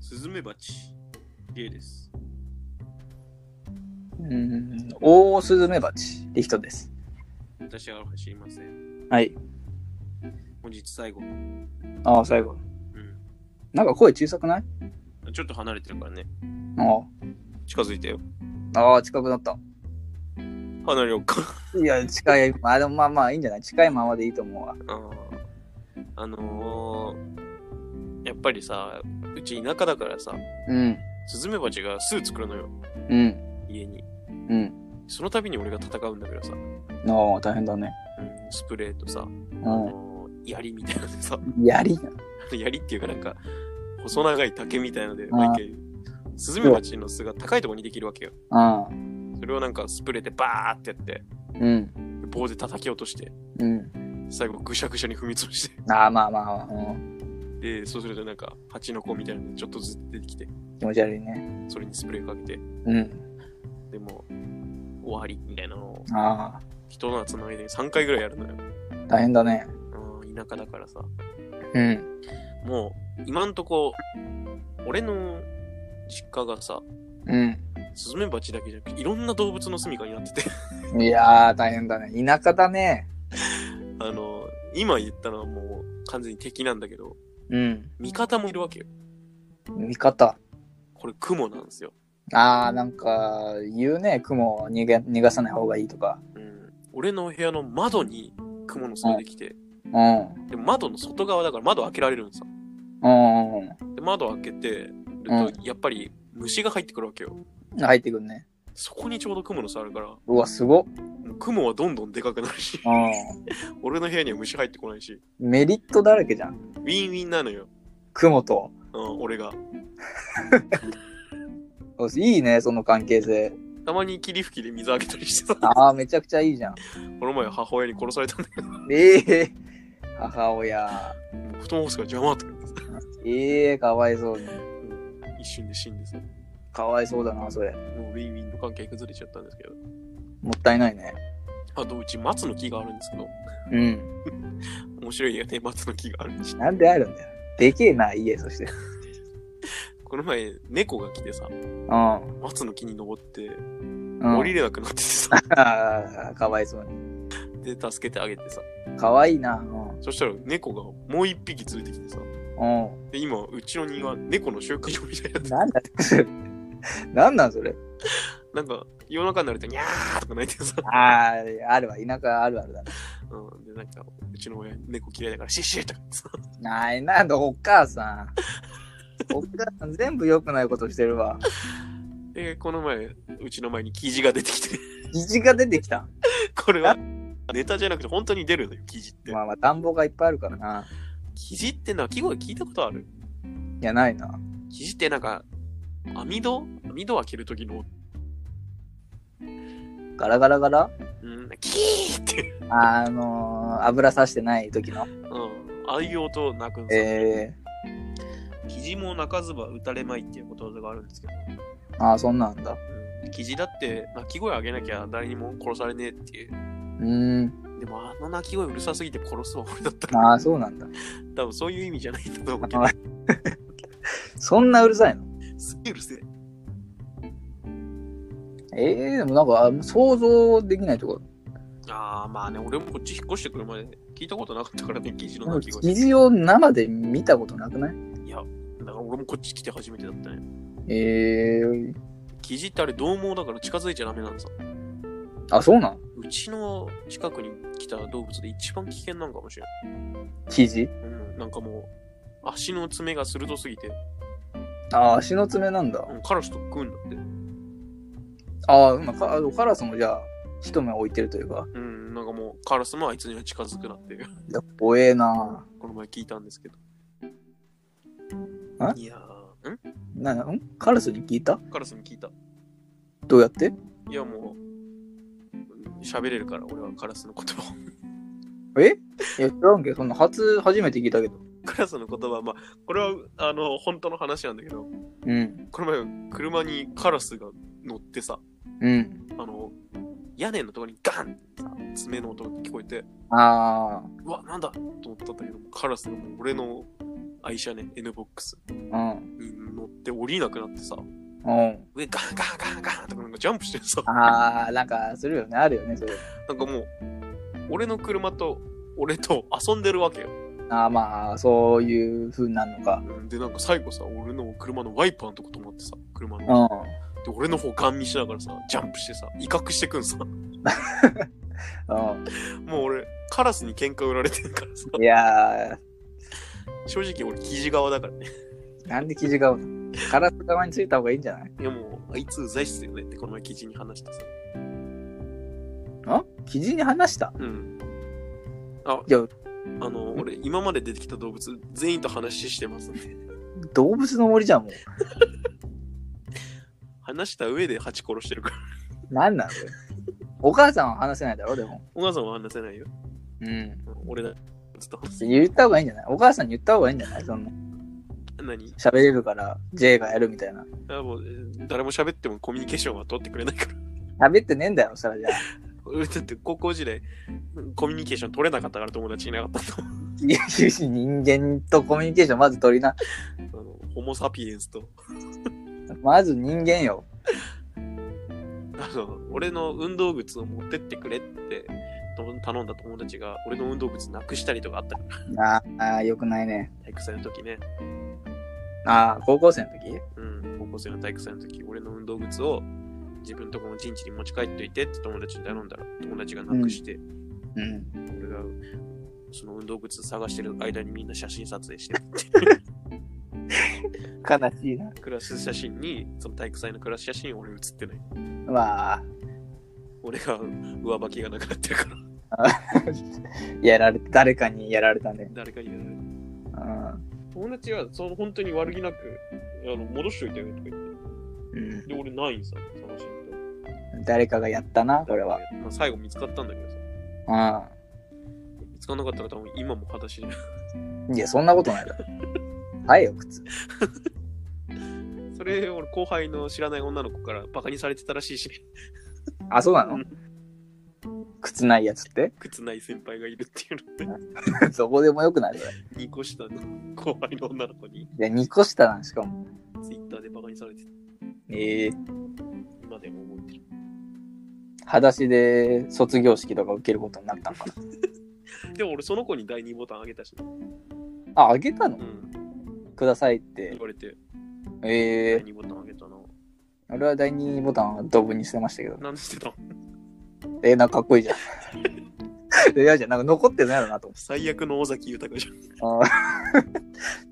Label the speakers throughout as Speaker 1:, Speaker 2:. Speaker 1: スズメバチ。ゲイです。
Speaker 2: うん。オオスズメバチ。リヒトです。
Speaker 1: 私は走りません。
Speaker 2: はい。
Speaker 1: 本日最後。う
Speaker 2: ああ、最後。
Speaker 1: ん。
Speaker 2: なんか声小さくない
Speaker 1: ちょっと離れてるからね。
Speaker 2: あ
Speaker 1: 近づいてよ。
Speaker 2: あ。ああ、近くなった。
Speaker 1: 離れようか。
Speaker 2: いや、近い。まあ、でもまあまあ、いいんじゃない近いままでいいと思うわ。
Speaker 1: あーあのー、やっぱりさ、うち田舎だからさ、
Speaker 2: うん。
Speaker 1: スズメバチが巣作るのよ。
Speaker 2: うん。
Speaker 1: 家に。
Speaker 2: うん。
Speaker 1: その度に俺が戦うんだけどさ、
Speaker 2: ああ、大変だね。
Speaker 1: うんスプレーとさ、あ
Speaker 2: う
Speaker 1: のー槍みたいなのでさ、
Speaker 2: ん。やりな。
Speaker 1: 槍っていうかなんか、細長い竹みたいので、
Speaker 2: あー
Speaker 1: 毎回、スズメバチの巣が高いところにできるわけよ。
Speaker 2: ああ。
Speaker 1: それをなんかスプレーでバーってやって、
Speaker 2: うん。
Speaker 1: 棒で叩き落として、
Speaker 2: うん。
Speaker 1: 最後ぐしゃぐしゃに踏み潰して、
Speaker 2: ああ、まあまあ、うん。
Speaker 1: で、そうするとなんか、蜂の子みたいなのがちょっとずつ出てきて、
Speaker 2: 気持ち悪いね。
Speaker 1: それにスプレーかけて、
Speaker 2: うん。
Speaker 1: でも、終わりみたいなのを、
Speaker 2: あ
Speaker 1: 人の集まりで3回ぐらいやるのよ。
Speaker 2: あ、大変だね。
Speaker 1: うん、田舎だからさ。
Speaker 2: うん。
Speaker 1: もう、今んとこ、俺の実家がさ、
Speaker 2: う
Speaker 1: スズメバチだけじゃなくて、いろんな動物の住処になってて、
Speaker 2: ん。いやー、大変だね。田舎だね。
Speaker 1: あの、今言ったのはもう完全に敵なんだけど、
Speaker 2: うん。
Speaker 1: 味方もいるわけよ。
Speaker 2: 見方。
Speaker 1: これ、雲なんですよ。
Speaker 2: ああ、なんか、言うね。雲を逃げ逃がさない方がいいとか。
Speaker 1: うん。俺の部屋の窓に雲の巣ができて、
Speaker 2: うん。
Speaker 1: でも窓の外側だから窓開けられるんさ。
Speaker 2: うんうん
Speaker 1: で、窓開けてる
Speaker 2: うん
Speaker 1: と、やっぱり虫が入ってくるわけよ。
Speaker 2: うん。入ってくんね。
Speaker 1: そこにちょうど雲の巣あるから、も
Speaker 2: うわ、すごっ。
Speaker 1: う雲はどんどんでかくなるし、
Speaker 2: うん。
Speaker 1: 俺の部屋には虫入ってこないし、
Speaker 2: メリットだらけじゃん。
Speaker 1: ウィンウィンなのよ。
Speaker 2: 雲と。
Speaker 1: うん、俺が。
Speaker 2: いいね、その関係性。
Speaker 1: たまに霧吹きで水あげたり してさ、こ
Speaker 2: ああ、めちゃくちゃいいじゃん。
Speaker 1: の前母親に殺されたんだけど、
Speaker 2: ええ母親。
Speaker 1: 布団干すから邪魔とか言ってさ
Speaker 2: ええかわいそうに。
Speaker 1: 一瞬で死んでさ、も
Speaker 2: かわいそうだな、それ。も
Speaker 1: うウィンウィンの関係崩れちゃったんですけど。
Speaker 2: ったいないね。
Speaker 1: あと、うち松の木があるんですけど、
Speaker 2: うん。
Speaker 1: 面白いよね、 松の木があるし。
Speaker 2: なんであるんだよ。でけえな、家、そして。
Speaker 1: この前、猫が来てさ、
Speaker 2: うん。うん
Speaker 1: 松の木に登って、降
Speaker 2: あ
Speaker 1: りれなくなっててさ、
Speaker 2: あ、かわいそうに。
Speaker 1: で、助けてあげてさ、
Speaker 2: かわいいな。うん。
Speaker 1: そしたら猫がもう一匹連れてきてさ、
Speaker 2: うん。
Speaker 1: で、今、うちの庭、猫の集会所みたいになって
Speaker 2: なんだ、それ。なんなん、それ。
Speaker 1: なんか、夜中になると、にゃーとか泣いてさ、
Speaker 2: ああ、あるわ。田舎あるあるだな。
Speaker 1: うん、で、なんか、うちの親、猫嫌いだから、シッシッとか言ってさ、
Speaker 2: ないなんだ、お母さん。お母さん、全部良くないことしてるわ。
Speaker 1: で、この前、うちの前に記事が出てきて、
Speaker 2: 虹が出てきた。
Speaker 1: これは、ネタじゃなくて、本当に出るのよ、記事って。
Speaker 2: まあまあ、暖房がいっぱいあるからな。
Speaker 1: 記事ってのは、記号で聞いたことある
Speaker 2: いや、ないな。
Speaker 1: 記事ってなんか、網戸網戸開けるときの、
Speaker 2: ガラガラガラ
Speaker 1: うん、キーって、
Speaker 2: あのー、油さしてない時の。
Speaker 1: うん、ああいう音泣くんですよ。
Speaker 2: え
Speaker 1: 記事も泣かずば打たれまいっていうことわざがあるんですけど、
Speaker 2: えー。ああ、そんなんだ。
Speaker 1: うん、記事だって、鳴き声上げなきゃ誰にも殺されねえっていう。
Speaker 2: うーん。
Speaker 1: でもあの鳴き声うるさすぎて殺すわ俺だった ら
Speaker 2: ああ、そうなんだ。
Speaker 1: 多分そういう意味じゃないと思うけ
Speaker 2: あ
Speaker 1: ど
Speaker 2: ーそんなうるさいの
Speaker 1: すげえうるせえ
Speaker 2: ええでもなんか、あ想像できないとこ
Speaker 1: ああまあね俺もこっち引っ越してくるまで聞いたことなかったからね記事の
Speaker 2: ろ。
Speaker 1: 鳴き
Speaker 2: 記
Speaker 1: 声
Speaker 2: 事を生で見たことなくない
Speaker 1: いやだから俺もこっち来て初めてだったね
Speaker 2: ええー。
Speaker 1: 記事ってあれ獰猛だから近づいちゃダメなんさ
Speaker 2: あ、そうなん
Speaker 1: うちの近くに来た動物で一番危険なんかもしれ
Speaker 2: 記
Speaker 1: ない、
Speaker 2: 事
Speaker 1: うん、なんかもう足の爪が鋭すぎて、
Speaker 2: ああ、足の爪なんだ。
Speaker 1: うん、カラスと食うんだって
Speaker 2: ああ、今カ、カラスもじゃあ、一目置いてるというか。
Speaker 1: うんなんかもうカラスもあいつには近づくなっていう
Speaker 2: いや、怖えな
Speaker 1: この前聞いたんですけど
Speaker 2: あ
Speaker 1: いやーん
Speaker 2: な、んカラスに聞いた
Speaker 1: カラスに聞いた
Speaker 2: どうやって
Speaker 1: いやもう、喋れるから、俺はカラスの言葉を。
Speaker 2: えいや、知らんけど、そんな、初、初めて聞いたけど。
Speaker 1: カラスの言葉は、まあ、これは、あの、本当の話なんだけど、
Speaker 2: うん。
Speaker 1: この前、車にカラスが乗ってさ、
Speaker 2: うん。
Speaker 1: あの、屋根のところにガンってさ、爪の音が聞こえて、
Speaker 2: あ
Speaker 1: うわ、なんだと思ったんだけど、カラスがもう俺の愛車ね、N ボックス
Speaker 2: あ、うん。
Speaker 1: に乗っって降りなくなってさ、
Speaker 2: うん。
Speaker 1: 上ガンガンガンガンとかなんかジャンプしてさ、
Speaker 2: あー、なんか、するよね。あるよね、それ。
Speaker 1: なんかもう、俺の車と俺と遊んでるわけよ。
Speaker 2: あー、まあ、そういう風になるのか。
Speaker 1: うんで、なんか最後さ、俺の車のワイパーのとこ止まってさ、車の。
Speaker 2: う
Speaker 1: で、俺の方ガン見しながらさ、ジャンプしてさ、威嚇してくんさ。
Speaker 2: ん。うん。
Speaker 1: もう俺、カラスに喧嘩売られてるからさ、
Speaker 2: いや
Speaker 1: 正直俺、記事側だからね。
Speaker 2: ー、なんで生地が、カラス側についた方がいいんじゃない
Speaker 1: いやもう、あいつうざいっすよねってこの前記事に話してさ。
Speaker 2: ん生地に話した
Speaker 1: うん。あ、
Speaker 2: いや
Speaker 1: あの、俺、今まで出てきた動物、全員と話してますんで。
Speaker 2: 動物の森じゃん、もう。
Speaker 1: 話した上で蜂殺してるから。
Speaker 2: なんなのそれお母さんは話せないだろ、でも。
Speaker 1: お母さんは話せないよ。
Speaker 2: うん。
Speaker 1: うん俺だ。ずっと話す。
Speaker 2: 言った方がいいんじゃないお母さんに言った方がいいんじゃないその、
Speaker 1: 何
Speaker 2: 喋れるから J がやるみたいな。
Speaker 1: あもうえー誰も喋ってもコミュニケーションは取ってくれないから。
Speaker 2: 喋ってねえんだよ、それじゃあ。
Speaker 1: 俺だって高校時代、コミュニケーション取れなかったから友達いなかったと 思
Speaker 2: いや人間とコミュニケーションまず取りな。
Speaker 1: う。あのホモ・サピエンスと。
Speaker 2: まず人間よ。
Speaker 1: あの俺の運動靴を持ってってくれってと頼んだ友達が俺の運動靴なくしたりとかあったから
Speaker 2: ああ、よくないね。
Speaker 1: 体育祭の時ね、
Speaker 2: ああ、高校生の時
Speaker 1: うん、高校生の体育祭の時俺の運動靴を自分とこの陣地に持ち帰っといてって友達に頼んだら友達がなくして、
Speaker 2: うん。
Speaker 1: 俺がその運動靴探してる間にみんな写真撮影して
Speaker 2: 悲しいな。
Speaker 1: クラス写真にその体育祭のクラス写真俺写ってない
Speaker 2: まあ、
Speaker 1: 俺が 上履きがなくなってるから
Speaker 2: やられ、誰かにやられたね。
Speaker 1: 誰かにやられた
Speaker 2: うん。
Speaker 1: 友達はその本当に悪気なくあの戻しといたよとか言って
Speaker 2: う
Speaker 1: で、俺ないんさ、探しに行っ
Speaker 2: ん。誰かがやったな、
Speaker 1: た
Speaker 2: これは。。
Speaker 1: まあ、最後見つかったんだけどさ。
Speaker 2: う
Speaker 1: 見つかんなかったら多分今も裸足で。
Speaker 2: ん。いや、そんなことないだろ。はいよ、靴。
Speaker 1: それ、俺後輩の知らない女の子からバカにされてたらしいしね、
Speaker 2: あ、そうな
Speaker 1: う
Speaker 2: の靴ないやつって
Speaker 1: 靴ない先輩がいるっていうので、
Speaker 2: どこでもよくないそれ。
Speaker 1: 2個下の 後輩の女の子に
Speaker 2: いや、2個下なんしかも。
Speaker 1: ツイッターでバカにされてた。
Speaker 2: ええ
Speaker 1: 今でも覚えて
Speaker 2: 裸足で卒業式とか受けることになったのかな。
Speaker 1: る。でも俺その子に第2ボタンあげたしね、
Speaker 2: あ、あげたの
Speaker 1: うん。
Speaker 2: くださいっ
Speaker 1: 言
Speaker 2: て。
Speaker 1: われて、
Speaker 2: ええ
Speaker 1: 第2ボタンあげたな。
Speaker 2: 俺は第2ボタンはドブに捨てましたけど。
Speaker 1: なんでしてたの
Speaker 2: えー、なんか かっこいいじゃん。いやじゃん、なんか残ってないやろなと
Speaker 1: 最悪の尾崎豊じゃん。
Speaker 2: 思って。あー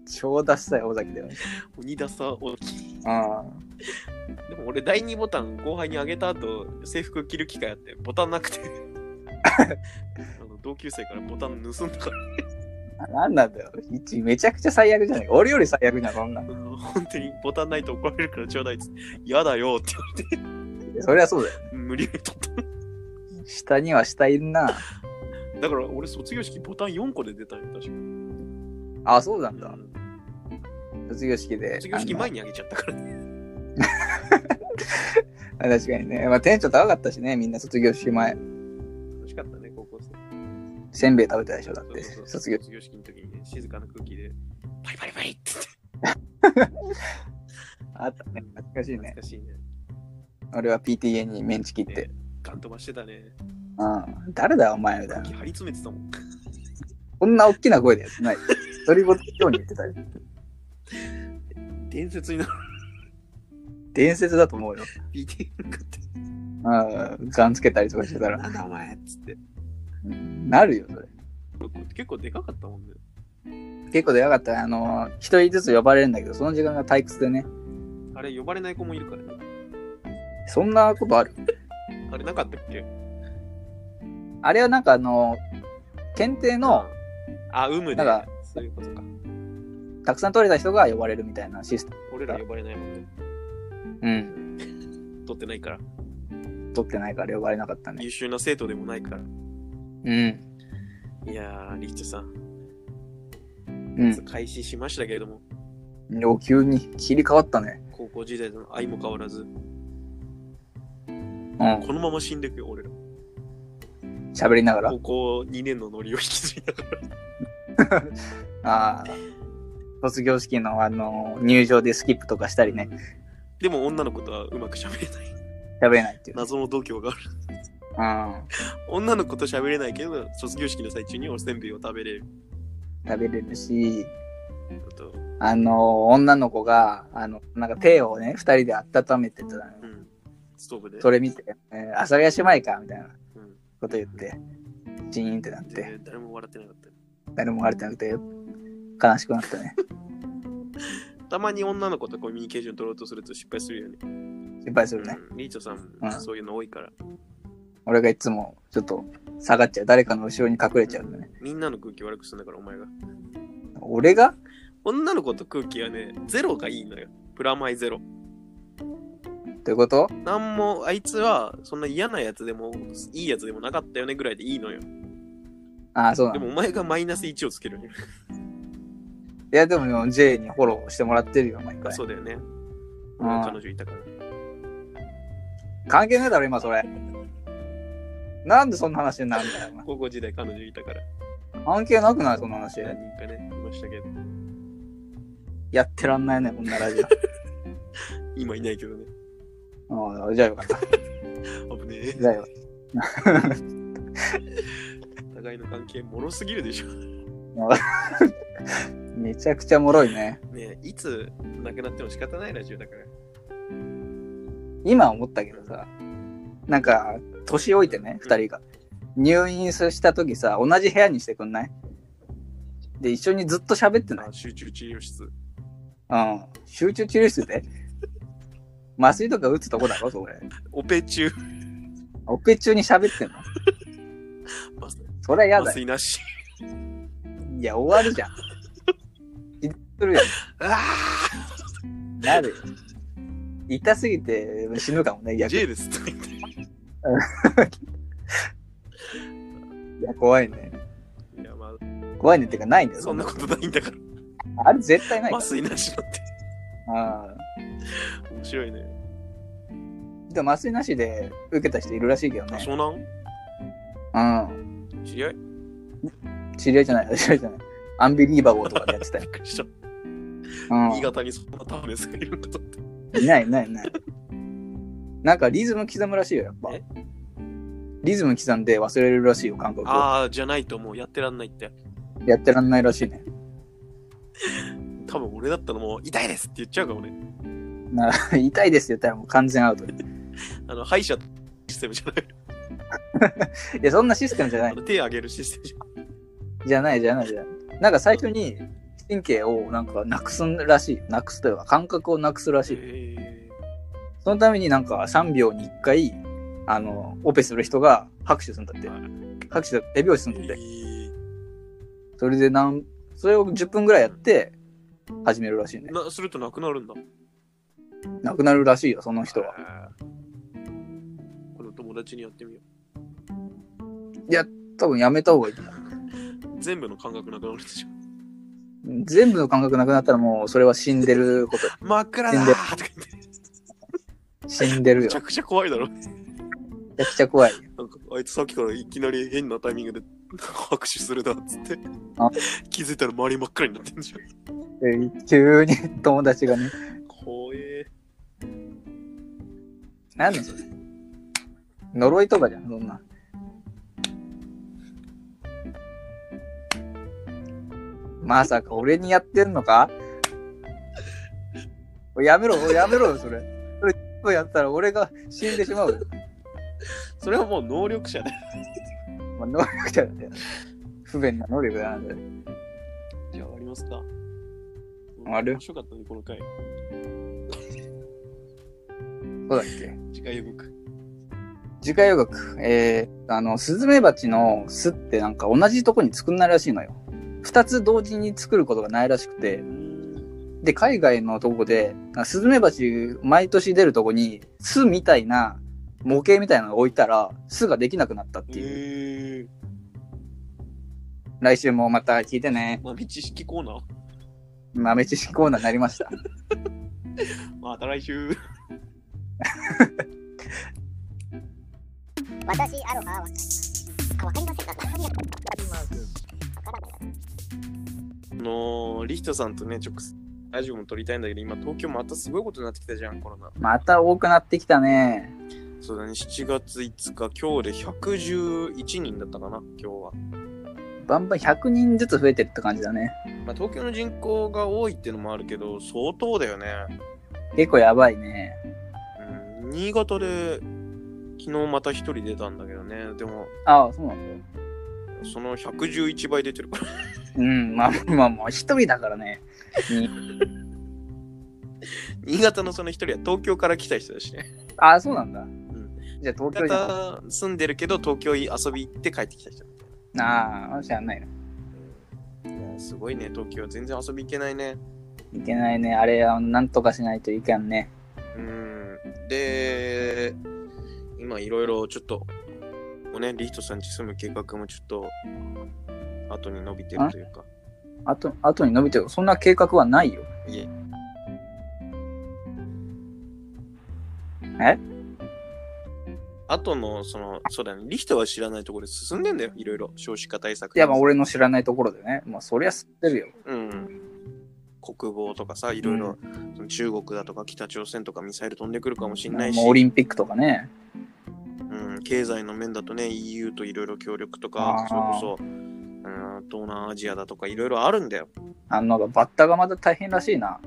Speaker 2: 超出したい尾崎だよね。
Speaker 1: 鬼ださ、尾崎。
Speaker 2: あ
Speaker 1: でも俺第2ボタン後輩にあげた後制服着る機会あってボタンなくてあの同級生からボタン盗んだから
Speaker 2: ーなんなんだよ。一めちゃくちゃ最悪じゃない。俺より最悪じゃん、そんなん。
Speaker 1: 本当にボタンないと怒られるからちょうだいっつって嫌だよって言わ
Speaker 2: そりゃそうだよ。
Speaker 1: れて無理やり取っ
Speaker 2: 下には下いるな。
Speaker 1: ただから俺卒業式ボタン4個で出たんよ確か
Speaker 2: あ、そうなんだ。卒業式で。
Speaker 1: 卒業式前
Speaker 2: に。
Speaker 1: にあげちゃったからね
Speaker 2: あ確かにね。まあ、店長高かったしね、みんな卒業式前。
Speaker 1: 楽しかったね高校生
Speaker 2: せんべい食べたでしょ、だって。
Speaker 1: そうそうそう
Speaker 2: 卒業
Speaker 1: 卒業式の時にね静かな空気でバリバリバリって言って
Speaker 2: あったね。懐かしいね
Speaker 1: 懐。かしいね
Speaker 2: 俺は PTA にメンチ切って
Speaker 1: ね。ガン飛ばしてたね
Speaker 2: うん。誰だよ、お前みたいな。
Speaker 1: 張り詰めてたもん
Speaker 2: こんな大きな声でやってない。独り言のように言ってたよ。
Speaker 1: 伝説になる
Speaker 2: 伝説だと思うよ。
Speaker 1: BT 向かって
Speaker 2: うん。ガンつけたりとかしてたら。
Speaker 1: なんだお前っつって
Speaker 2: うんなるよ、それ。
Speaker 1: 結構でかかったもんね。
Speaker 2: 結構でかかったね。あの、一人ずつ呼ばれるんだけど、その時間が退屈でね。
Speaker 1: あれ、呼ばれない子もいるからね。
Speaker 2: そんなことある
Speaker 1: あれ、なかったっけ
Speaker 2: あれはなんかあの、検定の、
Speaker 1: あ、有無で
Speaker 2: なんか。
Speaker 1: そういうことか。
Speaker 2: たくさん取れた人が呼ばれるみたいなシステ
Speaker 1: 俺ら呼ばれないもんね。
Speaker 2: ム。うん。
Speaker 1: 取ってないから。
Speaker 2: 取ってないから呼ばれなかったね。
Speaker 1: 優秀な生徒でもないから。
Speaker 2: うん。
Speaker 1: いやー、リヒトさん、
Speaker 2: うん。
Speaker 1: 開始しましたけれども、
Speaker 2: でも急に切り替わったね。
Speaker 1: 高校時代との愛も変わらず、
Speaker 2: うん。
Speaker 1: このまま死んでくよ、俺ら。
Speaker 2: 喋りながら。
Speaker 1: 高校2年のノリを引き継いだから。
Speaker 2: ああ。卒業式のあの、入場でスキップとかしたりね、
Speaker 1: でも女の子とはうまく喋れない。
Speaker 2: 喋れないっていう。
Speaker 1: 謎の度胸がある。
Speaker 2: うん。
Speaker 1: 女の子と喋れないけど、卒業式の最中におせんべいを食べれる。
Speaker 2: 食べれるし、
Speaker 1: あと、
Speaker 2: あの、女の子が、あの、なんか手をね、二人で温めてたのよ
Speaker 1: うん。ストーブで。
Speaker 2: それ見て、えー、阿佐ヶ谷姉妹かみたいな
Speaker 1: うん。
Speaker 2: こと言って、チーンってなって、
Speaker 1: で、誰も笑ってなかった。
Speaker 2: 誰も割れてなくて、悲しくなったね。
Speaker 1: たまに女の子とコミュニケーション取ろうとすると失敗するよね。
Speaker 2: 心配するね。
Speaker 1: うん、リーチョさん、
Speaker 2: うん
Speaker 1: そういうの多いから。
Speaker 2: 俺がいつも、ちょっと、下がっちゃう。誰かの後ろに隠れちゃうんだね。
Speaker 1: みんなの空気悪くするんだから、お前が。
Speaker 2: 俺が
Speaker 1: 女の子と空気はね、ゼロがいいのよ。プラマイゼロ。
Speaker 2: ということ
Speaker 1: なんも、あいつは、そんな嫌なやつでも、いいやつでもなかったよねぐらいでいいのよ。
Speaker 2: ああ、そうな
Speaker 1: で
Speaker 2: の。い
Speaker 1: も、お前がマイナス1をつけるよ。
Speaker 2: や、でも、J にフォローしてもらってるよ、毎回。
Speaker 1: そうだよね。
Speaker 2: うん
Speaker 1: 彼女いたから。
Speaker 2: 関係ねえだろ、今、それ。なんでそんな話になるんだよ、お前
Speaker 1: 高校時代彼女いたから。
Speaker 2: 関係なくない、そんな話。
Speaker 1: 何人かね、いましたけど。
Speaker 2: やってらんないね、こんなラジ
Speaker 1: 今いないけどね。
Speaker 2: オ。ああ、じゃあよかった。
Speaker 1: 危ねえ。
Speaker 2: じゃあよかっ
Speaker 1: 互いの関係、もろすぎるでしょ。
Speaker 2: た。めちゃくちゃもろいね。
Speaker 1: ねえいつ亡くなっても仕方ないラジオだから。
Speaker 2: 今思ったけどさ、なんか、年老いてね、二人が。入院した時さ、同じ部屋にしてくんないで、一緒にずっと喋ってない
Speaker 1: あ集中治療室。
Speaker 2: うん。集中治療室で麻酔とか打つとこだろ、それ。
Speaker 1: オペ中。
Speaker 2: オペ中に喋ってんの
Speaker 1: 麻
Speaker 2: そりゃ嫌
Speaker 1: 麻
Speaker 2: だよ。
Speaker 1: 酔なし。
Speaker 2: いや、終わるじゃん。緊張するよ。
Speaker 1: あ
Speaker 2: なるよ。痛すぎて死ぬかもね、
Speaker 1: あ
Speaker 2: 逆に
Speaker 1: !J ですとか言って。
Speaker 2: いや怖いね。
Speaker 1: いや、まあ、
Speaker 2: 怖いねっていうか、ないんだよ。
Speaker 1: そんなことないんだから。
Speaker 2: あれ絶対ないか
Speaker 1: 麻酔なしだって。
Speaker 2: ら。うん。
Speaker 1: 面白いね。
Speaker 2: でも麻酔なしで受けた人いるらしいけど
Speaker 1: あ、
Speaker 2: ね。
Speaker 1: 湘南
Speaker 2: うん。
Speaker 1: 知り合い
Speaker 2: 知り合いじゃない、知り合いじゃない。アンビリーバボーとかでやってたよ
Speaker 1: びっ。くりした。
Speaker 2: うん。
Speaker 1: 新潟にそんなタフネスがいるんだと。
Speaker 2: いないいないいない。なんかリズム刻むらしいよ、やっぱ
Speaker 1: え。
Speaker 2: リズム刻んで忘れるらしいよ、感覚を。
Speaker 1: ああ、じゃないともうやってらんないって。
Speaker 2: やってらんないらしいね。
Speaker 1: 多分俺だったらもう痛いですって言っちゃうかもね。
Speaker 2: な痛いですって言ったらもう完全アウト。い
Speaker 1: あの、歯医者のシステムじゃない。
Speaker 2: や、そんなシステムじゃな
Speaker 1: あ
Speaker 2: い。
Speaker 1: の手上げるシステムじゃ
Speaker 2: じゃない、じゃない、じゃない。なんか最初に神経をなんかなくすらしい。なくすというか、感覚をなくすらし。
Speaker 1: ないい。
Speaker 2: そのためになんか3秒に1回、あの、オペする人が拍手するんだって
Speaker 1: はい。
Speaker 2: 拍手で手拍子す
Speaker 1: え
Speaker 2: るんだって。
Speaker 1: ー
Speaker 2: それでなん、それを10分ぐらいやって、始めるらしいね。
Speaker 1: なするとなくなるんだ。
Speaker 2: なくなるらしいよ、その人は。
Speaker 1: は。この友達にやってみよ
Speaker 2: 多分やめた方がいい。
Speaker 1: う。全部の感覚なくなるでしょ。
Speaker 2: 全部の感覚なくなったらもうそれは死んでること。
Speaker 1: 真っ暗だーとか言って。
Speaker 2: 死んでるよ。
Speaker 1: めちゃ
Speaker 2: め
Speaker 1: くちゃ怖いだろ。
Speaker 2: ちゃくちゃ怖いよ。
Speaker 1: なんか、あいつさっきからいきなり変なタイミングで 拍手するだっつって
Speaker 2: あ。
Speaker 1: 気づいたら周り真っ暗になってんじゃん。
Speaker 2: で急に友達がね。
Speaker 1: 怖えー。
Speaker 2: なんでそれ呪いとかじゃん、そんな。まさか俺にやってんのかおいやめろ、おいやめろよ、それ。それ、10分やったら俺が死んでしまうよ。
Speaker 1: それはもう能力者だよ。
Speaker 2: まあ、能力者だよ。不便な能力だな、それ。
Speaker 1: じゃあ終わりますか。
Speaker 2: 終わる
Speaker 1: 面白かったね、この回。
Speaker 2: そうだっけ
Speaker 1: 次回予告。
Speaker 2: 次回予告、えー、あの、スズメバチの巣ってなんか同じとこに作んないらしいのよ。二つ同時に作ることがないらしくて、で、海外のとこで、なんかスズメバチ毎年出るとこに巣みたいな模型みたいなのを置いたら巣ができなくなったってい
Speaker 1: えー。
Speaker 2: う。来週もまた聞いてね。
Speaker 1: 豆知識コーナー
Speaker 2: 豆知識コーナーになりました。
Speaker 1: また来週。
Speaker 3: 私アロハはあわかりませんかわからない
Speaker 1: のリヒトさんとね、直接ラジオも撮りたいんだけど、今東京またすごいことになってきたじゃん、コロナ。
Speaker 2: また多くなってきたね。
Speaker 1: そうだね、7月5日、今日で111人だったかな、今日は。
Speaker 2: バンバン100人ずつ増えてるって感じだね。
Speaker 1: まあ、東京の人口が多いっていうのもあるけど、相当だよね。
Speaker 2: 結構やばいね。
Speaker 1: うん、新潟で昨日また一人出たんだけどね、でも
Speaker 2: ああ、そうなんだよ。
Speaker 1: その111倍出てる から。
Speaker 2: うん、まあまあまあ、一人だからね。に
Speaker 1: 新潟のその一人は東京から来た人だしね。
Speaker 2: ああ、そうなんだ。じゃあ東
Speaker 1: 新
Speaker 2: 京じゃ
Speaker 1: 潟住んでるけど、東京遊び行って帰ってきた人。
Speaker 2: ん。ああ、知らないな。
Speaker 1: いやすごいね、東京。全然遊び行けないね。
Speaker 2: いけないね。あれ、あのなんとかしないといけんね。
Speaker 1: うん。で、今いろいろちょっと、ね、リヒトさんち住む計画もちょっと、後に伸びてるというか。
Speaker 2: あと、あとに伸びてる。そんな計画はないよ。
Speaker 1: いえ。
Speaker 2: え
Speaker 1: 後の、その、そうだね、リヒトは知らないところで進んでんだよ、いろいろ。少子化対策。
Speaker 2: いや、まあ、俺の知らないところでね。まあ、そりゃ知ってるよ。
Speaker 1: うん。国防とかさ、いろいろ、その中国だとか北朝鮮とかミサイル飛んでくるかもしれないし、
Speaker 2: もうオリンピックとかね。
Speaker 1: うん、経済の面だとね、EU といろいろ協力と
Speaker 2: あ
Speaker 1: か、
Speaker 2: ー
Speaker 1: それこそ、うん、東南アジアだとかいろいろあるんだよ。
Speaker 2: あの、バッタがまだ大変らしいな。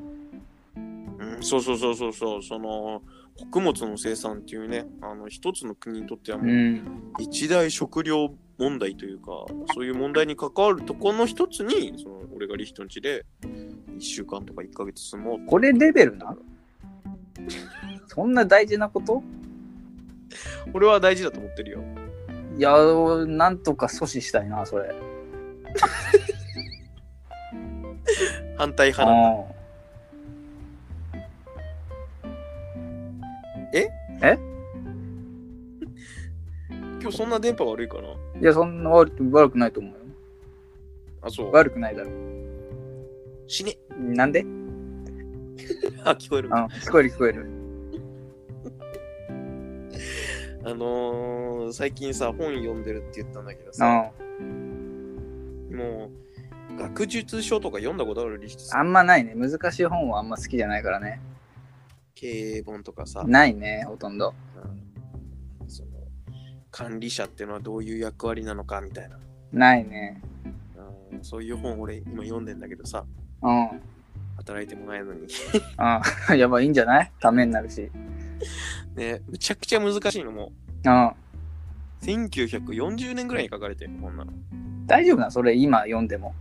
Speaker 1: うん、そうそうそうそうそう、その、穀物の生産っていうね、あの、一つの国にとってはも
Speaker 2: う。
Speaker 1: うん一大食料問題というか、そういう問題に関わるとこの一つに、その俺がリヒトンチで1週間とか1ヶ月住もう
Speaker 2: これレベルなそんな大事なこと
Speaker 1: 俺は大事だと思ってるよ。
Speaker 2: いや、なんとか阻止したいな、それ。
Speaker 1: 反対
Speaker 2: う
Speaker 1: 派なんだ。
Speaker 2: ん。
Speaker 1: 今日そんな電波悪いかない
Speaker 2: や、そんな悪く悪くないと思うよ。
Speaker 1: あ、そう。
Speaker 2: 悪くないだろ。
Speaker 1: 死ね。
Speaker 2: なんで
Speaker 1: あ、聞こえる
Speaker 2: うん。、聞こえる聞こえる。
Speaker 1: あのー、最近さ、本読んでるって言ったんだけど
Speaker 2: う
Speaker 1: さ、
Speaker 2: ん。
Speaker 1: もう、学術書とか読んだことあるリヒトさん。
Speaker 2: あんまないね。難しい本はあんま好きじゃないからね。
Speaker 1: 経営本とかさ、
Speaker 2: ないね、ほとんど。
Speaker 1: うんその管理者ってのはどういう役割なのかみたいな、
Speaker 2: ないね。
Speaker 1: うんそういう本俺今読んでんだけどさ、
Speaker 2: うん。 う
Speaker 1: 働いてもないのに。
Speaker 2: ん。やばい、いいんじゃないためになるし。
Speaker 1: ね、むちゃくちゃ難しいのも
Speaker 2: うん。
Speaker 1: う、1940年ぐらいに書かれてる、こんなの。い
Speaker 2: 大丈夫なそれ今読んでも。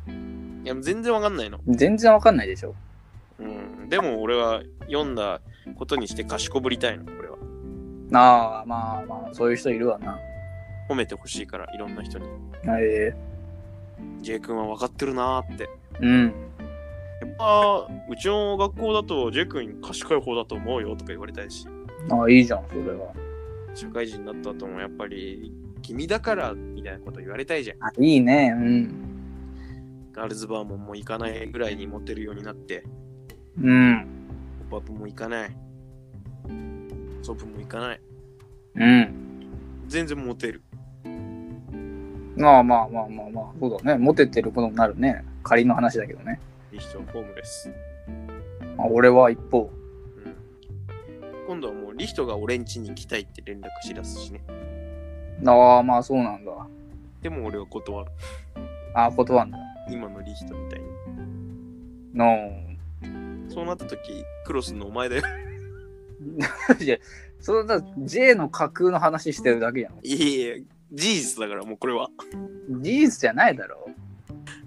Speaker 1: や、全然わかんないの。
Speaker 2: 全然わかんないでしょ。
Speaker 1: うん、でも俺は読んだことにして賢ぶりたいの、これは。
Speaker 2: ああ、まあまあ、そういう人いるわな。
Speaker 1: 褒めてほしいから、いろんな人に。
Speaker 2: え
Speaker 1: J 君は分かってるなーって。
Speaker 2: えうん。
Speaker 1: やっぱ、うちの学校だと J 君賢い方だと思うよとか言われたいし、
Speaker 2: ああ、いいじゃん、それは。
Speaker 1: 社会人になった後もやっぱり、君だからみたいなこと言われたいじゃん。
Speaker 2: あいいね、うん。
Speaker 1: ガールズバーももう行かないぐらいにモテるようになって、
Speaker 2: うん。
Speaker 1: ポップアップも行かない。ソープも行かない。
Speaker 2: うん。
Speaker 1: 全然モテる。
Speaker 2: まあまあまあまあまあ、そうだね。モテてることになるね。仮の話だけどね。
Speaker 1: いい人はホームレス。
Speaker 2: まあ、俺は一方。
Speaker 1: うん。今度はもうリヒトが俺ん家に来たいって連絡しだすしね。
Speaker 2: ああ、まあそうなんだ。
Speaker 1: でも俺は断る。
Speaker 2: ああ、断んだ。
Speaker 1: 今のリヒトみたいに。
Speaker 2: の
Speaker 1: そうなった時、クロスのお前だよ。
Speaker 2: いや、それだ J の架空の話してるだけやん。
Speaker 1: いやいや、事実だからもうこれは。
Speaker 2: 事実じゃないだろ。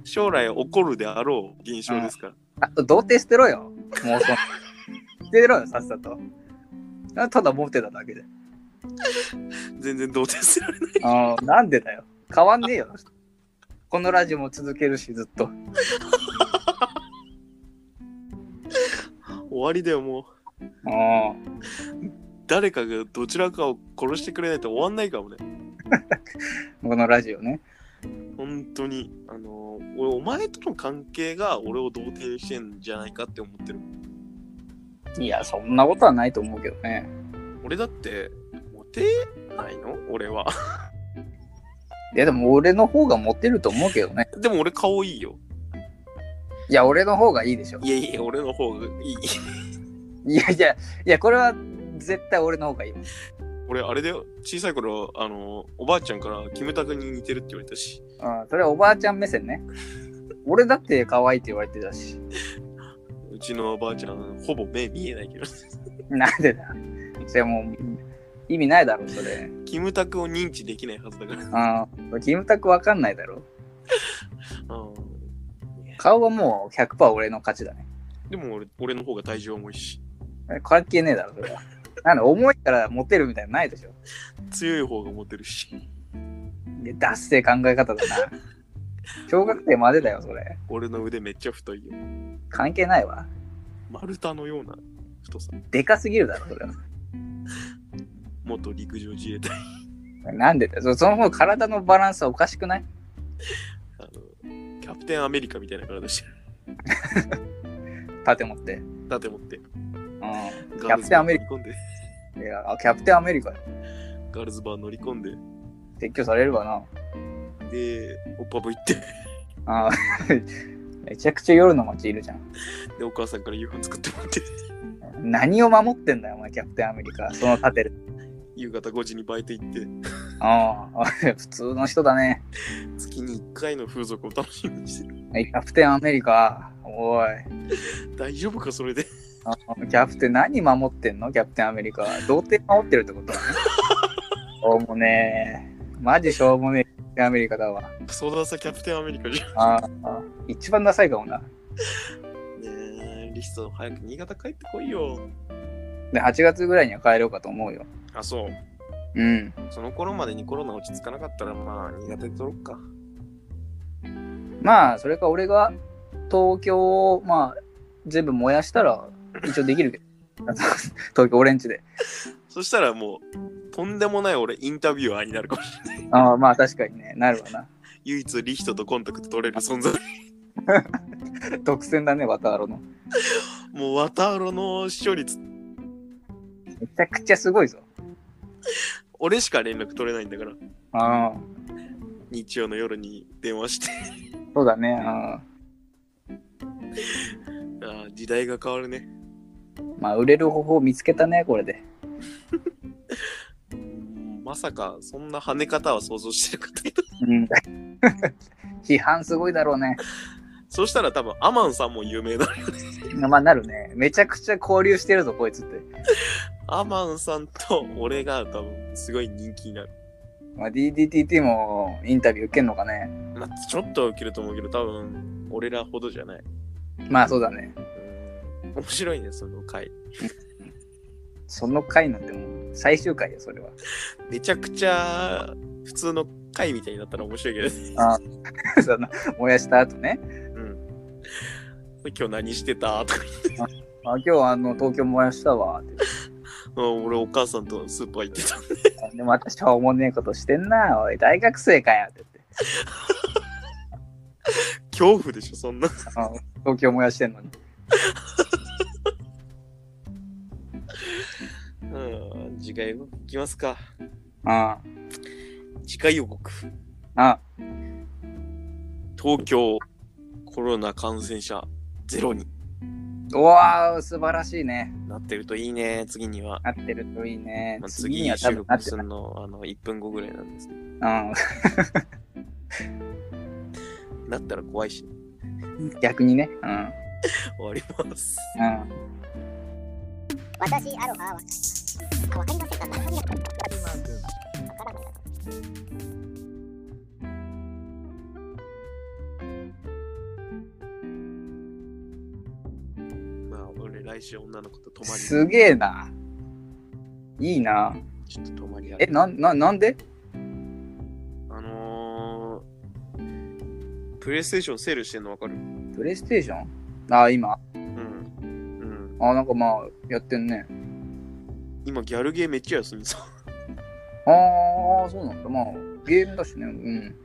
Speaker 1: 将来起こるであろう現象ですから。
Speaker 2: あと、童貞捨てろよ。もうその。 捨てろよ、さっさと。あただモテただけで。
Speaker 1: 全然同定する。
Speaker 2: ああ、なんでだよ。変わんねえよ。このラジオも続けるし、ずっと。
Speaker 1: 終わりだよ、もう。
Speaker 2: ああ。
Speaker 1: 誰かがどちらかを殺してくれないと終わんないかもね。
Speaker 2: このラジオね。
Speaker 1: 本当に。あのー俺、お前との関係が俺を同定してんじゃないかって思ってる。
Speaker 2: いや、そんなことはないと思うけどね。
Speaker 1: 俺だって、モテないの俺は。
Speaker 2: いや、でも俺の方がモテると思うけどね。
Speaker 1: でも俺顔いいよ。
Speaker 2: いや、俺の方がいいでしょ。
Speaker 1: いやいや、俺の方がいい。
Speaker 2: いやいや、いや、これは絶対俺の方がいいもん。
Speaker 1: 俺、あれだよ。小さい頃、あの、おばあちゃんから、キムタクに似てるって言われたし。
Speaker 2: うん、それはおばあちゃん目線ね。俺だって可愛いって言われてたし。
Speaker 1: うちのおばあちゃん、ほぼ目見えないけど。
Speaker 2: なんでだそれはもう、意味ないだろ、それ。
Speaker 1: キムタクを認知できないはずだから。
Speaker 2: うん。キムタクわかんないだろ。
Speaker 1: うん
Speaker 2: 顔はもう100%俺の勝ちだね。
Speaker 1: でも俺、俺の方が体重重いし。
Speaker 2: 関係ねえだろ、それは。なんだ、重いからモテるみたいなのないでしょ。
Speaker 1: 強い方がモテるし。
Speaker 2: で、ダッセー考え方だな。小学生までだよ、それ。
Speaker 1: 俺の腕めっちゃ太いよ。
Speaker 2: 関係ないわ。
Speaker 1: 丸太のような太さ。
Speaker 2: でかすぎるだろ、それは。
Speaker 1: 元陸上自衛隊。
Speaker 2: なんでだよそその方体のバランスはおかしくない
Speaker 1: あの、キャプテンアメリカみたいな体してる。
Speaker 2: 盾持って。
Speaker 1: 盾持って。
Speaker 2: うん。
Speaker 1: キ
Speaker 2: キャプテンアメリ
Speaker 1: カ。乗り込んで、
Speaker 2: カ。いや、あキャプテンアメリカよ
Speaker 1: ガールズバー乗り込んで、
Speaker 2: 撤去されるわな。
Speaker 1: で、おっぱぶ行って、
Speaker 2: あー めちゃくちゃ夜の街いるじゃん。
Speaker 1: で、お母さんから夕飯作ってもらって、
Speaker 2: 何を守ってんだよ、お前、キャプテンアメリカ。その盾で。
Speaker 1: 夕方5時にバイト行って、
Speaker 2: ああ、普通の人だね。
Speaker 1: 月に1回の風俗を楽しみにしてる。
Speaker 2: キャプテンアメリカ。おい。
Speaker 1: 大丈夫か、それで。
Speaker 2: あキャプテン何守ってんのキャプテンアメリカ。童貞守ってるってことだね。しょうもねえ。マジしょうもねえキャプテンアメリカだわ。
Speaker 1: ソーダサキャプテンアメリカじゃん。
Speaker 2: ああ一番ダサいかもな。
Speaker 1: ねえ、リスト早く新潟帰ってこいよ。
Speaker 2: で、8月ぐらいには帰ろうかと思うよ。
Speaker 1: あ、そう。
Speaker 2: うん。
Speaker 1: その頃までにコロナ落ち着かなかったら、まあ、新潟で撮ろうか。
Speaker 2: まあ、それか俺が東京を、まあ、全部燃やしたら、一応できるけど。 東京オレンジで。
Speaker 1: そしたらもう、とんでもない俺、インタビュアーになるかもしれない。
Speaker 2: ああ、まあ確かにね、なるわな。
Speaker 1: 唯一リヒトとコンタクト取れる存在。
Speaker 2: 独占だね、渡たあろの。
Speaker 1: もう、ワタアロの視聴率、
Speaker 2: めちゃくちゃすごいぞ。
Speaker 1: 俺しか連絡取れないんだから、
Speaker 2: ああ、
Speaker 1: 日曜の夜に電話して。
Speaker 2: そうだね。ああ
Speaker 1: ああ、時代が変わるね。
Speaker 2: まあ、売れる方法を見つけたね、これで。
Speaker 1: まさか、そんな跳ね方は想像してなかった けど。
Speaker 2: うん、批判すごいだろうね。
Speaker 1: そしたら多分、アマンさんも有名だ。
Speaker 2: まあなるね。めちゃくちゃ交流してるぞ、こいつって。
Speaker 1: アマンさんと俺が多分、すごい人気になる。
Speaker 2: まあ、DDTT もインタビュー受けんのかね。
Speaker 1: まあ、ちょっとは受けると思うけど、多分、俺らほどじゃない。
Speaker 2: まあそうだね。
Speaker 1: うん面白いね、その回。
Speaker 2: その回なんてもう最終回よ、それは。
Speaker 1: めちゃくちゃ、普通の回みたいになったら面白いけどね。
Speaker 2: その燃やした後ね。
Speaker 1: うん。 今日何してたとか言 って
Speaker 2: あ今日はあの東京燃やしたわって。
Speaker 1: うん俺お母さんとスーパー行ってた。
Speaker 2: でも私は思わねえことしてんな。おい、大学生かよって言って。
Speaker 1: 恐怖でしょ、そんな。
Speaker 2: あの東京燃やしてんのに。
Speaker 1: うん、次回行きますか。
Speaker 2: あ
Speaker 1: 次回予告。
Speaker 2: あ、
Speaker 1: 東京コロナ感染者ゼロに
Speaker 2: うわー、素晴らしいね。
Speaker 1: なってるといいね、次には。
Speaker 2: 合ってるといいね。
Speaker 1: まあ、
Speaker 2: 次
Speaker 1: 次
Speaker 2: には多
Speaker 1: 収
Speaker 2: 分合っ
Speaker 1: 録
Speaker 2: て
Speaker 1: す
Speaker 2: る。
Speaker 1: るの、あの、1分後ぐらいなんですけ
Speaker 2: うん。
Speaker 1: ど、なったら怖いし、
Speaker 2: 逆にね。うん。
Speaker 1: 終わります。
Speaker 2: うん。
Speaker 3: 私、アロハは。あ、わかりませんかわかりませんわからない。
Speaker 1: まあ、俺、来週女の子と泊まり、
Speaker 2: すげえな。いいな。
Speaker 1: ちょっと泊まりや
Speaker 2: え、な、な、なんで
Speaker 1: あのー、プレイステーションセールしてんのわかる
Speaker 2: プレイステーションあ、今。
Speaker 1: うん。うん。
Speaker 2: あ、なんかまあ、やってんね。
Speaker 1: 今、ギャルゲーめっちゃ休みそう。
Speaker 2: ああ、そうなんだ。まあ、ゲームだしね。うん。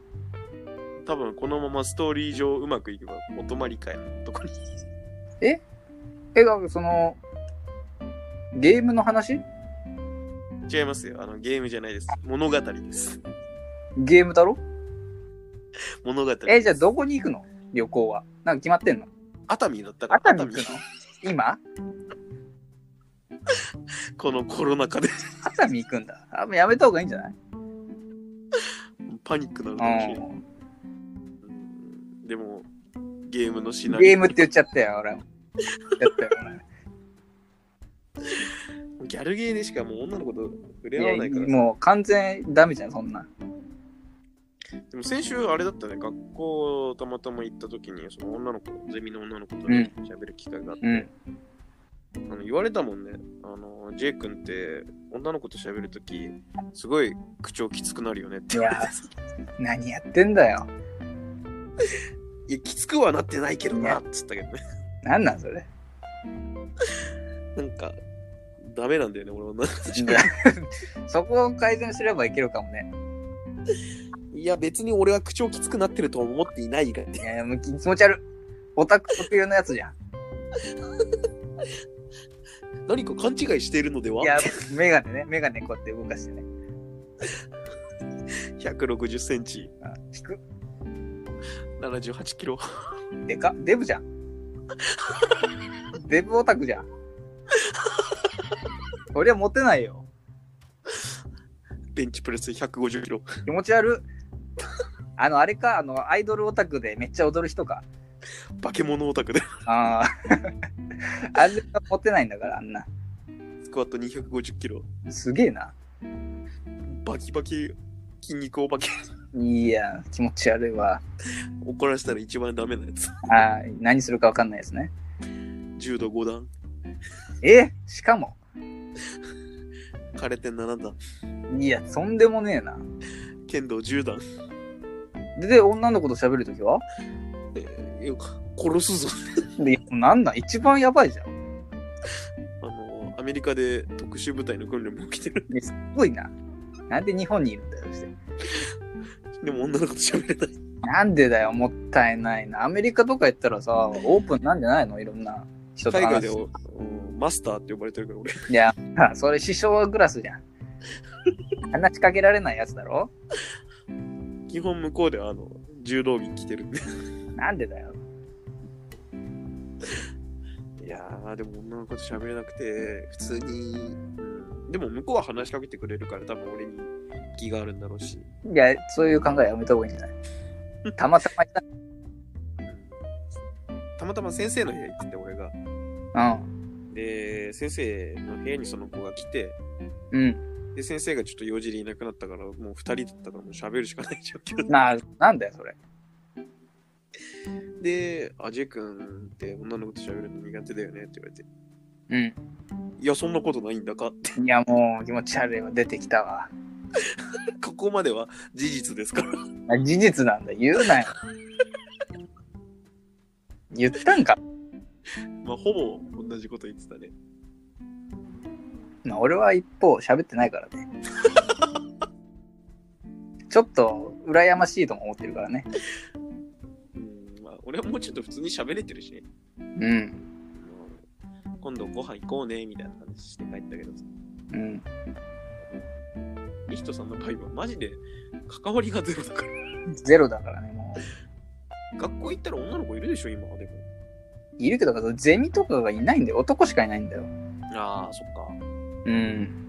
Speaker 1: 多分、このままストーリー上うまくいけば、お泊まり会のとこに。
Speaker 2: え、だからその、ゲームの話
Speaker 1: 違いますよ。あの、ゲームじゃないです。物語です。
Speaker 2: ゲームだろ
Speaker 1: 物語です。
Speaker 2: え、じゃあどこに行くの旅行は。なんか決まってんの
Speaker 1: 熱海だったから
Speaker 2: 熱海行くの今
Speaker 1: このコロナ禍で
Speaker 2: 熱海行くんだ。あ、もうやめた方がいいんじゃない
Speaker 1: パニックなのかもしれないうんでもゲームの
Speaker 2: う
Speaker 1: シ
Speaker 2: ん。
Speaker 1: ナリ
Speaker 2: ゲー
Speaker 1: オ
Speaker 2: ムって言っちゃったよ、俺も。言っちゃったよ、俺
Speaker 1: ギャルゲーでしかもう女の子と触れ合わないいから
Speaker 2: やもう完全ダメじゃん、そんな。
Speaker 1: でも先週あれだったね学校たまたま行った時にその女の子ゼミの女の子と
Speaker 2: うん
Speaker 1: ね喋る機会があって、
Speaker 2: うん。
Speaker 1: あの言われたもんねあの J 君って女の子と喋る時すごい口調きつくなるよねって言われて
Speaker 2: い何やってんだよ。
Speaker 1: いやきつくはなってないけどなっつったけどね
Speaker 2: なんなんそれ。
Speaker 1: なんかダメなんだよね俺女の子と喋る
Speaker 2: そこを改善すればいけるかもね。
Speaker 1: いや別に俺は口調きつくなってるとは思っていないがって
Speaker 2: いや、もう気持ち悪い。オタク特有のやつじゃん。
Speaker 1: 何か勘違いしているのではい
Speaker 2: や、メガネね、メガネこうやって動かしてね。
Speaker 1: 160センチ
Speaker 2: あ引く。
Speaker 1: 78キロ
Speaker 2: でか、デブじゃん。デブオタクじゃん。こりゃモテないよ。
Speaker 1: ベンチプレス150キロ
Speaker 2: 気持ち悪い。あの、あれか、あの、アイドルオタクでめっちゃ踊る人か。
Speaker 1: 化け物オタクで
Speaker 2: あ あ。あれがモテないんだから、あんな。
Speaker 1: スクワット250キロ
Speaker 2: すげえな。
Speaker 1: バキバキ筋肉お化け
Speaker 2: いや、気持ち悪いわ。
Speaker 1: 怒らせたら一番ダメなやつ
Speaker 2: あー何するかわかんないですね。
Speaker 1: 柔道5段
Speaker 2: えしかも。
Speaker 1: 空手7段
Speaker 2: いや、とんでもねえな。
Speaker 1: 剣道10段
Speaker 2: で、で女の子と喋るときは
Speaker 1: えーよ殺すぞ
Speaker 2: で、なんなん一番やばいじゃん。
Speaker 1: あのアメリカで特殊部隊の訓練も起きてる
Speaker 2: ですごいな。なんで日本にいるんだよ、そして。
Speaker 1: でも女の子と喋れない
Speaker 2: なんでだよ、もったいないな。アメリカとか行ったらさ、オープンなんじゃないのいろんな人と
Speaker 1: 海外で
Speaker 2: 話
Speaker 1: は、
Speaker 2: す。
Speaker 1: うんマスターって呼ばれてるから俺
Speaker 2: いや、それ師匠クラスじゃん。話しかけられないやつだろ
Speaker 1: 基本向こうではあの柔道着着てるんで
Speaker 2: なんでだよ。
Speaker 1: いやーでも女の子と喋れなくて普通に、うん、でも向こうは話しかけてくれるから多分俺に気があるんだろうし
Speaker 2: いや、そういう考えやめた方がいいんじゃないたまたまいた。
Speaker 1: たまたま先生の部屋行ってて俺が
Speaker 2: うん。
Speaker 1: で先生の部屋にその子が来て
Speaker 2: うん。
Speaker 1: で先生がちょっと用事でいなくなったからもう2人だったからもう喋るしかない状況
Speaker 2: な、なんだよ、それ。
Speaker 1: で「あジェイ君って女の子と喋るの苦手だよね」って言われて「
Speaker 2: う
Speaker 1: いやそんなことないんだか」って
Speaker 2: ん。いや、もう気持ち悪いわ。出てきたわ。
Speaker 1: ここまでは事実ですから
Speaker 2: あ事実なんだ。言うなよ。言ったんか。
Speaker 1: まあほぼ同じこと言ってたね
Speaker 2: まあ、俺は一方喋ってないからね。ちょっと羨ましいとも思ってるからね。
Speaker 1: うんまあ俺はもうちょっと普通に喋れてるしね
Speaker 2: うん。
Speaker 1: あの今度ご飯行こうねみたいな話して帰ったけどさ
Speaker 2: うん。
Speaker 1: リヒトさんの場合はマジで関わりがゼロだから
Speaker 2: ゼロだからね、もう。
Speaker 1: 学校行ったら女の子いるでしょ今でも
Speaker 2: いるけど、ゼミとかがいないんだよ。男しかいないんだよ。
Speaker 1: ああそっか
Speaker 2: うん。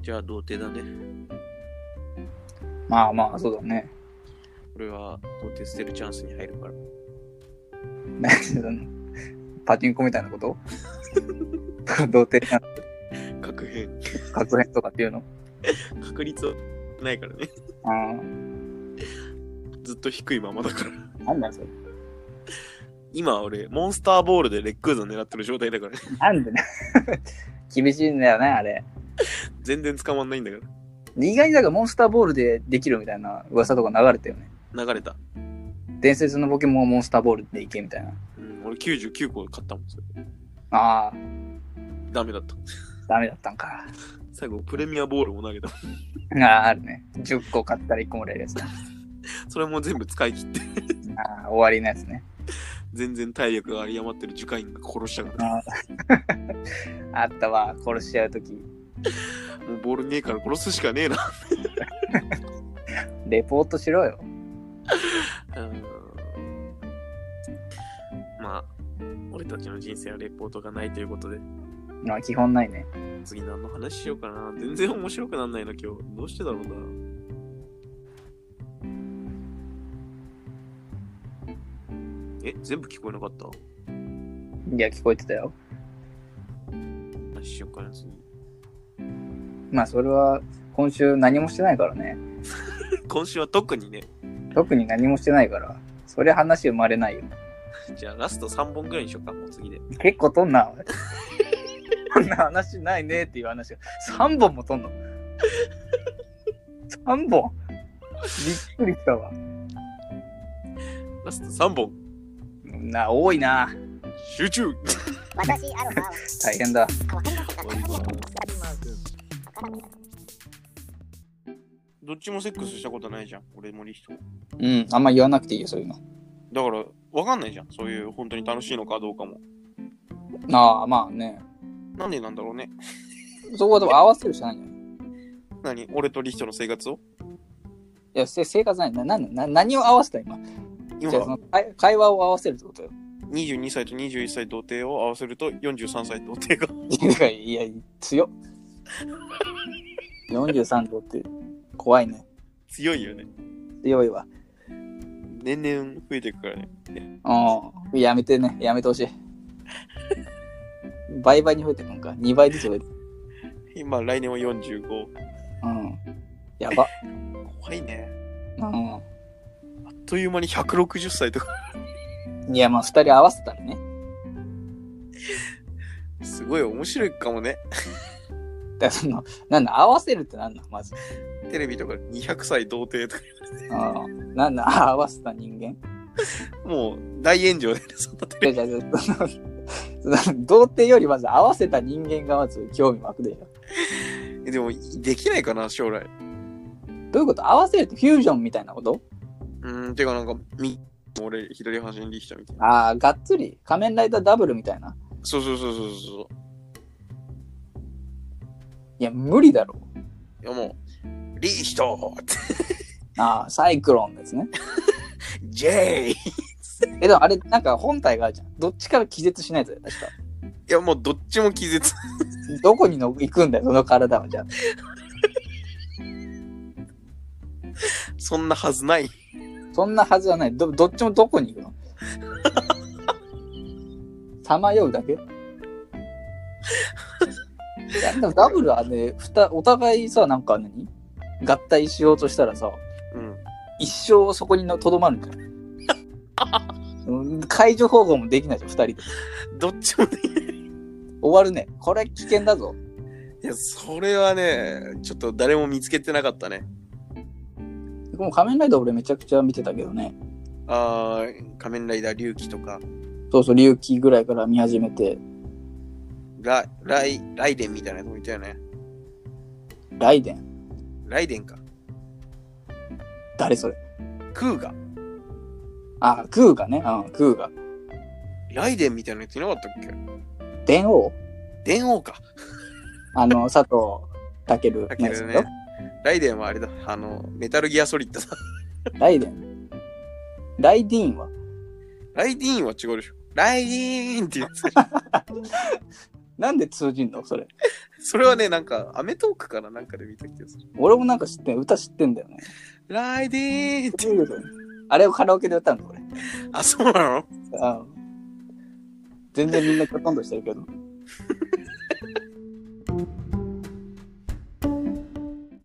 Speaker 1: じゃあ童貞だね
Speaker 2: まあまあ、そうだね。
Speaker 1: 俺は童貞捨てるチャンスに入るから
Speaker 2: なんかそのパチンコみたいなこと 童貞な
Speaker 1: 確変
Speaker 2: 格変とかっていうの
Speaker 1: 確率はないからね
Speaker 2: あー
Speaker 1: ずっと低いままだから
Speaker 2: なんだよそれ。
Speaker 1: 今俺モンスターボールでレックーザ狙ってる状態だからね
Speaker 2: なんでね。 厳しいんだよね、あれ。
Speaker 1: 全然捕まんないんだか
Speaker 2: 意外にだからモンスターボールでできるみたいな噂とか流れたよね。
Speaker 1: ら流れた、
Speaker 2: 伝説のポケモンモンスターボールでいけみたいな。
Speaker 1: うん、俺99個買ったもんそれ
Speaker 2: ああ、
Speaker 1: ダメだった
Speaker 2: ダメだったんか。
Speaker 1: 最後プレミアボールも投げた
Speaker 2: ああ、あるね。10個買ったら1個もらえるやつだ。
Speaker 1: それも全部使い切って
Speaker 2: ああ、終わりのやつね。
Speaker 1: 全然体力が有り余ってる樹海員が殺したから、
Speaker 2: あああったわ、殺しちゃうとき。
Speaker 1: もうボールねえから殺すしかねえな。
Speaker 2: レポートしろよ。
Speaker 1: まあ、俺たちの人生はレポートがないということで、
Speaker 2: まあ基本ないね。
Speaker 1: 次何の話しようかな。全然面白くなんないな、今日。どうしてだろうな。え、全部聞こえなかった
Speaker 2: いや、聞こえてたよ。
Speaker 1: 話しようかな、次。
Speaker 2: まあそれは今週何もしてないからね。
Speaker 1: 今週は特にね、
Speaker 2: 特に何もしてないから。そりゃ話生まれないよ。
Speaker 1: じゃあラスト3本ぐらいにしようか、もう次で。
Speaker 2: 結構とんな。こんな話ないねっていう話が3本もとんの。3本びっくりしたわ。
Speaker 1: ラスト3本、
Speaker 2: な、多いな。
Speaker 1: 集中
Speaker 3: 私、アロハは
Speaker 2: 大変だ。
Speaker 3: わかりませんかわかりませんか
Speaker 1: どっちもセックスしたことないじゃん、俺もリヒト。
Speaker 2: うん、あんま言わなくていいよ、そういうの。
Speaker 1: だから、わかんないじゃん、そういう本当に楽しいのかどうかも。
Speaker 2: ああ、まあね。
Speaker 1: なんでなんだろうね。
Speaker 2: そこはでも合わせるしかないんじゃない
Speaker 1: 何俺とリヒトの生活を
Speaker 2: いや、せ生活ない。ななな何を合わせた今。
Speaker 1: 今
Speaker 2: じゃあその会会話を合わせるってことよ。
Speaker 1: 22歳と21歳童貞を合わせると43歳童貞が
Speaker 2: いや、いや強っ。43度って怖いね。
Speaker 1: 強いよね。
Speaker 2: 強いわ。
Speaker 1: 年々増えていくからね。
Speaker 2: うん。やめてね。やめてほしい。倍々に増えてくんか。2倍ずつ増えてく
Speaker 1: 今、来年は45。
Speaker 2: うん。やば。
Speaker 1: 怖いね。
Speaker 2: う
Speaker 1: あっという間に160歳とか。
Speaker 2: ん。いや、まあ、2人合わせたらね。
Speaker 1: すごい面白いかもね。
Speaker 2: だからその、なんだ、合わせるってなんだ、まず。
Speaker 1: テレビとか200歳童貞とか。
Speaker 2: うん。なんだ、合わせた人間。
Speaker 1: もう大炎上で、ね、そんなテレ
Speaker 2: いやいやいやそのその童貞よりまず合わせた人間がまず興味湧くでしょ。
Speaker 1: ビ。でも、できないかな、将来。
Speaker 2: どういうこと合わせるってフュージョンみたいなこと
Speaker 1: うーん、てかなんか、み、俺、左端にリヒトみたいな。
Speaker 2: ああ、がっつり仮面ライダーダブルみたいな。
Speaker 1: そうそうそうそうそう。
Speaker 2: いや、無理だろ。
Speaker 1: いやもう、リヒト
Speaker 2: ああ、サイクロンですね。
Speaker 1: ジェイい
Speaker 2: え、でもあれ、なんか本体があるじゃん。どっちから気絶しないとだよ、確か。
Speaker 1: やもうどっちも気絶。
Speaker 2: どこにの行くんだよ、その体は。じゃあ。
Speaker 1: そんなはずない。
Speaker 2: そんなはずはない。どどっちもどこに行くの さまようだけいやでもダブルはね、ふたお互いさ、なんか何合体しようとしたらさ、
Speaker 1: うん。
Speaker 2: 一生そこにのとどまるんじゃないうん解除方法もできないじゃん、二人で。
Speaker 1: どっちもね。
Speaker 2: 終わるね。これ危険だぞ。
Speaker 1: いや、それはね、ちょっと誰も見つけてなかったね。
Speaker 2: でも仮面ライダー俺めちゃくちゃ見てたけどね。
Speaker 1: あー仮面ライダー龍騎とか、
Speaker 2: そうそう、龍騎ぐらいから見始めて、
Speaker 1: ラライ、ライデンみたいなのもいたよね。
Speaker 2: ライデン。
Speaker 1: ライデンか。
Speaker 2: 誰それ
Speaker 1: クーガ。
Speaker 2: あ、クーガね。うん、クーガ。
Speaker 1: ライデンみたいなやついなかったっけ
Speaker 2: 電王
Speaker 1: 電王か。
Speaker 2: あの、 佐藤健の
Speaker 1: だけ
Speaker 2: やつ
Speaker 1: ど
Speaker 2: だ
Speaker 1: ね
Speaker 2: よ。。
Speaker 1: ライデンはあれだ。あの、メタルギアソリッドだ。
Speaker 2: ライデン。ライディーンは
Speaker 1: ライディーンは違うでしょ。ライディーンって言ってた
Speaker 2: なんで通じんのそれ。
Speaker 1: それはね、なんか、アメトークかななんかで見た気がする。
Speaker 2: 俺もなんか知ってん、歌知ってん だよね。
Speaker 1: ライディーンって。
Speaker 2: あれをカラオケで歌うの、俺。
Speaker 1: あ、そうなの
Speaker 2: うん全然みんなほとんどしてるけど。